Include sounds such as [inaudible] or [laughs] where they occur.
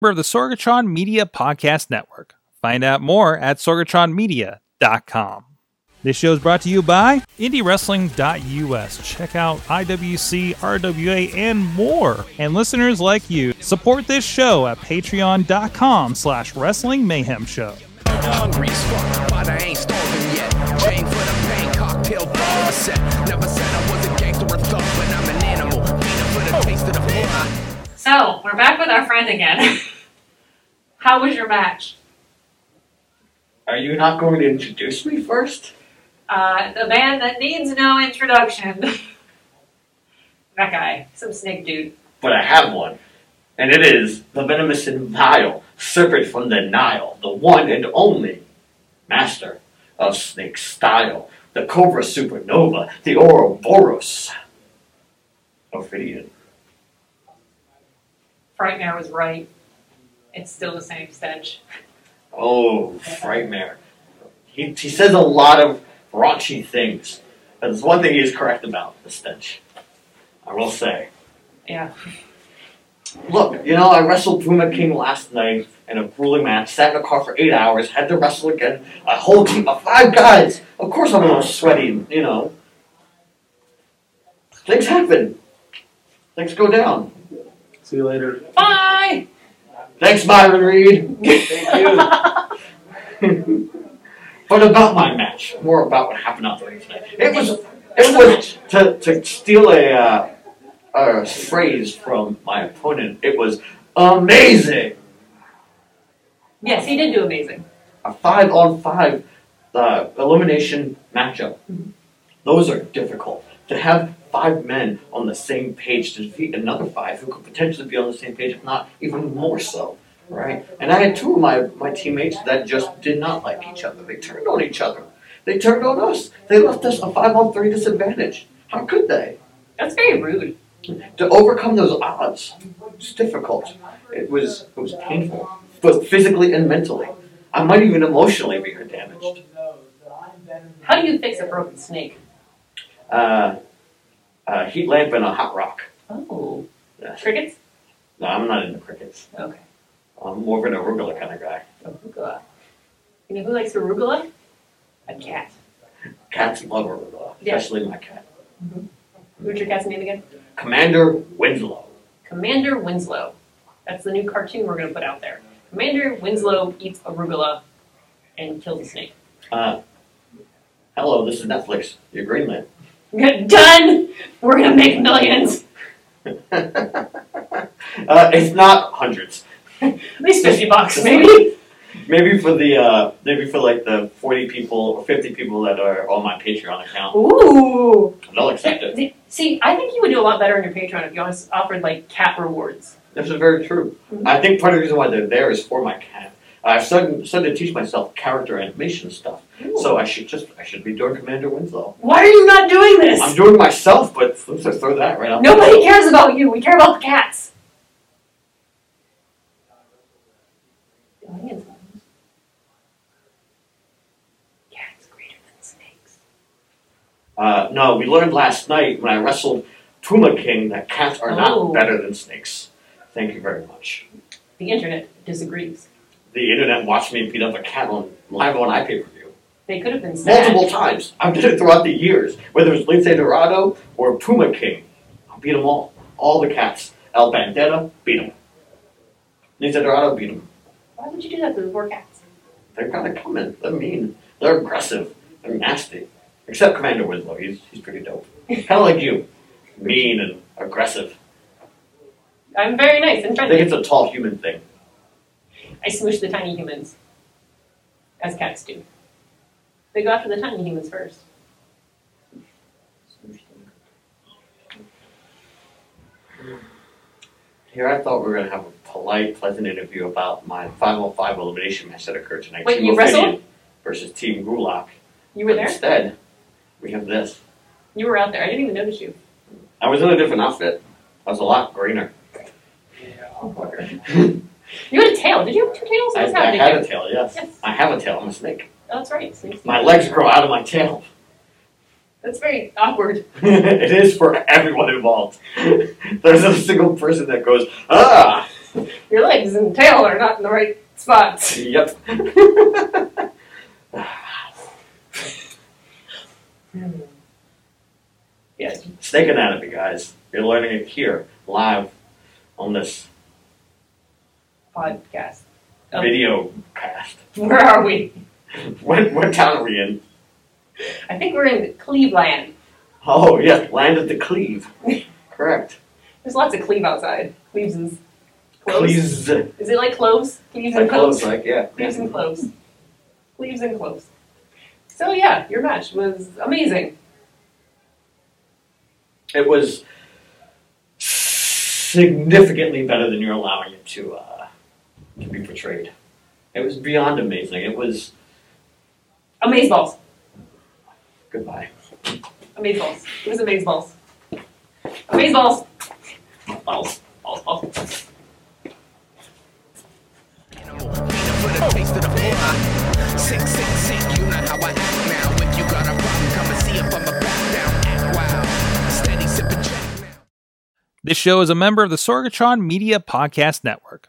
member of the Sorgatron Media Podcast Network. Find out more at sorgatronmedia.com. This show is brought to you by IndieWrestling.us. Check out IWC, RWA, and more. And listeners like you, support this show at patreon.com slash wrestling mayhem show. hungry as fuck, but I ain't starving yet. Chain for the pain, cocktail bar set. Never said I was a gangster or thug, but I'm an animal. Feeding for the taste of the blood. So we're back with our friend again. [laughs] How was your match? Are you not going to introduce me first? Uh, the man that needs no introduction. [laughs] that guy, some snake dude. But I have one. And it is the venomous and vile serpent from the Nile, the one and only master of snake style, the Cobra Supernova, the Ouroboros. Ophidian. Frightmare was right. It's still the same stench. Oh, Frightmare. He, he says a lot of raunchy things. But there's one thing he is correct about the stench. I will say. Yeah. Look, you know, I wrestled Puma King last night in a grueling match, sat in a car for eight hours, had to wrestle again, a whole team of five guys. Of course I'm a little sweaty, you know. Things happen. Things go down. See you later. Bye. Thanks, Byron Reed. Thank you. [laughs] but about my match, more about what happened on the ring tonight. It was, it was to, to steal a, uh, a phrase from my opponent. It was amazing. Yes, he did do amazing. a five on five uh, elimination matchup. Those are difficult. To have five men on the same page to defeat another five who could potentially be on the same page, if not even more so, right? And I had two of my, my teammates that just did not like each other. They turned on each other. They turned on us. They left us a five on three disadvantage. How could they? That's very rude. to overcome those odds was difficult. It was it was painful, both physically and mentally. I might even emotionally be damaged. How do you fix a broken snake? Uh, a heat lamp and a hot rock. Oh. Yeah. Crickets? No, I'm not into crickets. Okay. I'm more of an arugula kind of guy. Arugula. You know who likes arugula? A cat. Cats love arugula, Yeah. especially my cat. Who's your cat's name again? Commander Winslow. Commander Winslow. That's the new cartoon we're going to put out there. Commander Winslow eats arugula and kills a snake. [laughs] Uh, hello, this is Netflix. Your greenlit. [laughs] Done! We're going to make millions! Uh, it's not hundreds. At least 50 bucks, maybe? Maybe for the uh, maybe for like the forty people or fifty people that are on my Patreon account, Ooh! they'll accept it. See, I think you would do a lot better on your Patreon if you always offered, like, cat rewards. This is very true. Mhm. I think part of the reason why they're there is for my cat. I've started, started to teach myself character animation stuff, so I should just I should be doing Commander Winslow. Why are you not doing this? I'm doing it myself, but let's just throw that right out. the Nobody window. cares about you. We care about the cats. Cats greater than snakes. Uh, no, we learned last night when I wrestled Puma King that cats are Oh. not better than snakes. Thank you very much. The internet disagrees. The internet watched me beat up a cat on live on iPay-per-view They could have been sad. multiple times. I've done it throughout the years, whether it's Lince Dorado or Puma King. I beat them all. All the cats. El Bandera, beat them. Lince Dorado, beat them. Why would you do that to the poor cats? They're kind of coming. They're mean. They're aggressive. They're nasty. Except Commander Winslow. He's, he's pretty dope. kind of like you. Mean and aggressive. I'm very nice and I think friendly. it's a tall human thing. I smoosh the tiny humans, as cats do. They go after the tiny humans first. Here, I thought we were going to have a polite, pleasant interview about my 505 elimination match that occurred tonight. Wait, Team you wrestled? Ophidian versus Team Gulak. You were there. Instead, we have this. You were out there. I didn't even notice you. I was in a different outfit. I was a [laughs] lot greener. You had a tail. Did you have two tails? Oh, I, What's I happening had here? a tail, yes. Yes. I have a tail. I'm a snake. Oh, that's right. Snakes. My legs grow out of my tail. That's very awkward. [laughs] it is for everyone involved. There's not a single person that goes, ah, Your legs and tail are not in the right spots. Yep. Hmm. Yeah. Snake anatomy, guys. You're learning it here, live, on this Podcast. Oh. video cast. Where are we? What, what town are we in? I think we're in Cleveland. Oh, yes, land of the Cleve. Correct. There's lots of cleave outside. Cleaves is cloves. Cleves. Is it like cloves? Cleaves Like and close, cloves. like, yeah. Cleaves and cloves. Cleaves and cloves. So yeah, your match was amazing. It was significantly better than you're allowing it to, uh, to be portrayed. It was beyond amazing. It was. Amazeballs. Goodbye. Amazeballs. It was amazeballs. Amazeballs. Balls. Balls. Balls. Peanut butter taste of the fly. Sick, sick, sick, you know how I act now. If you got a problem, come and see if I'm a back down. Act wild. Steady sipping Jack now. This show is a member of the Sorgatron Media Podcast Network.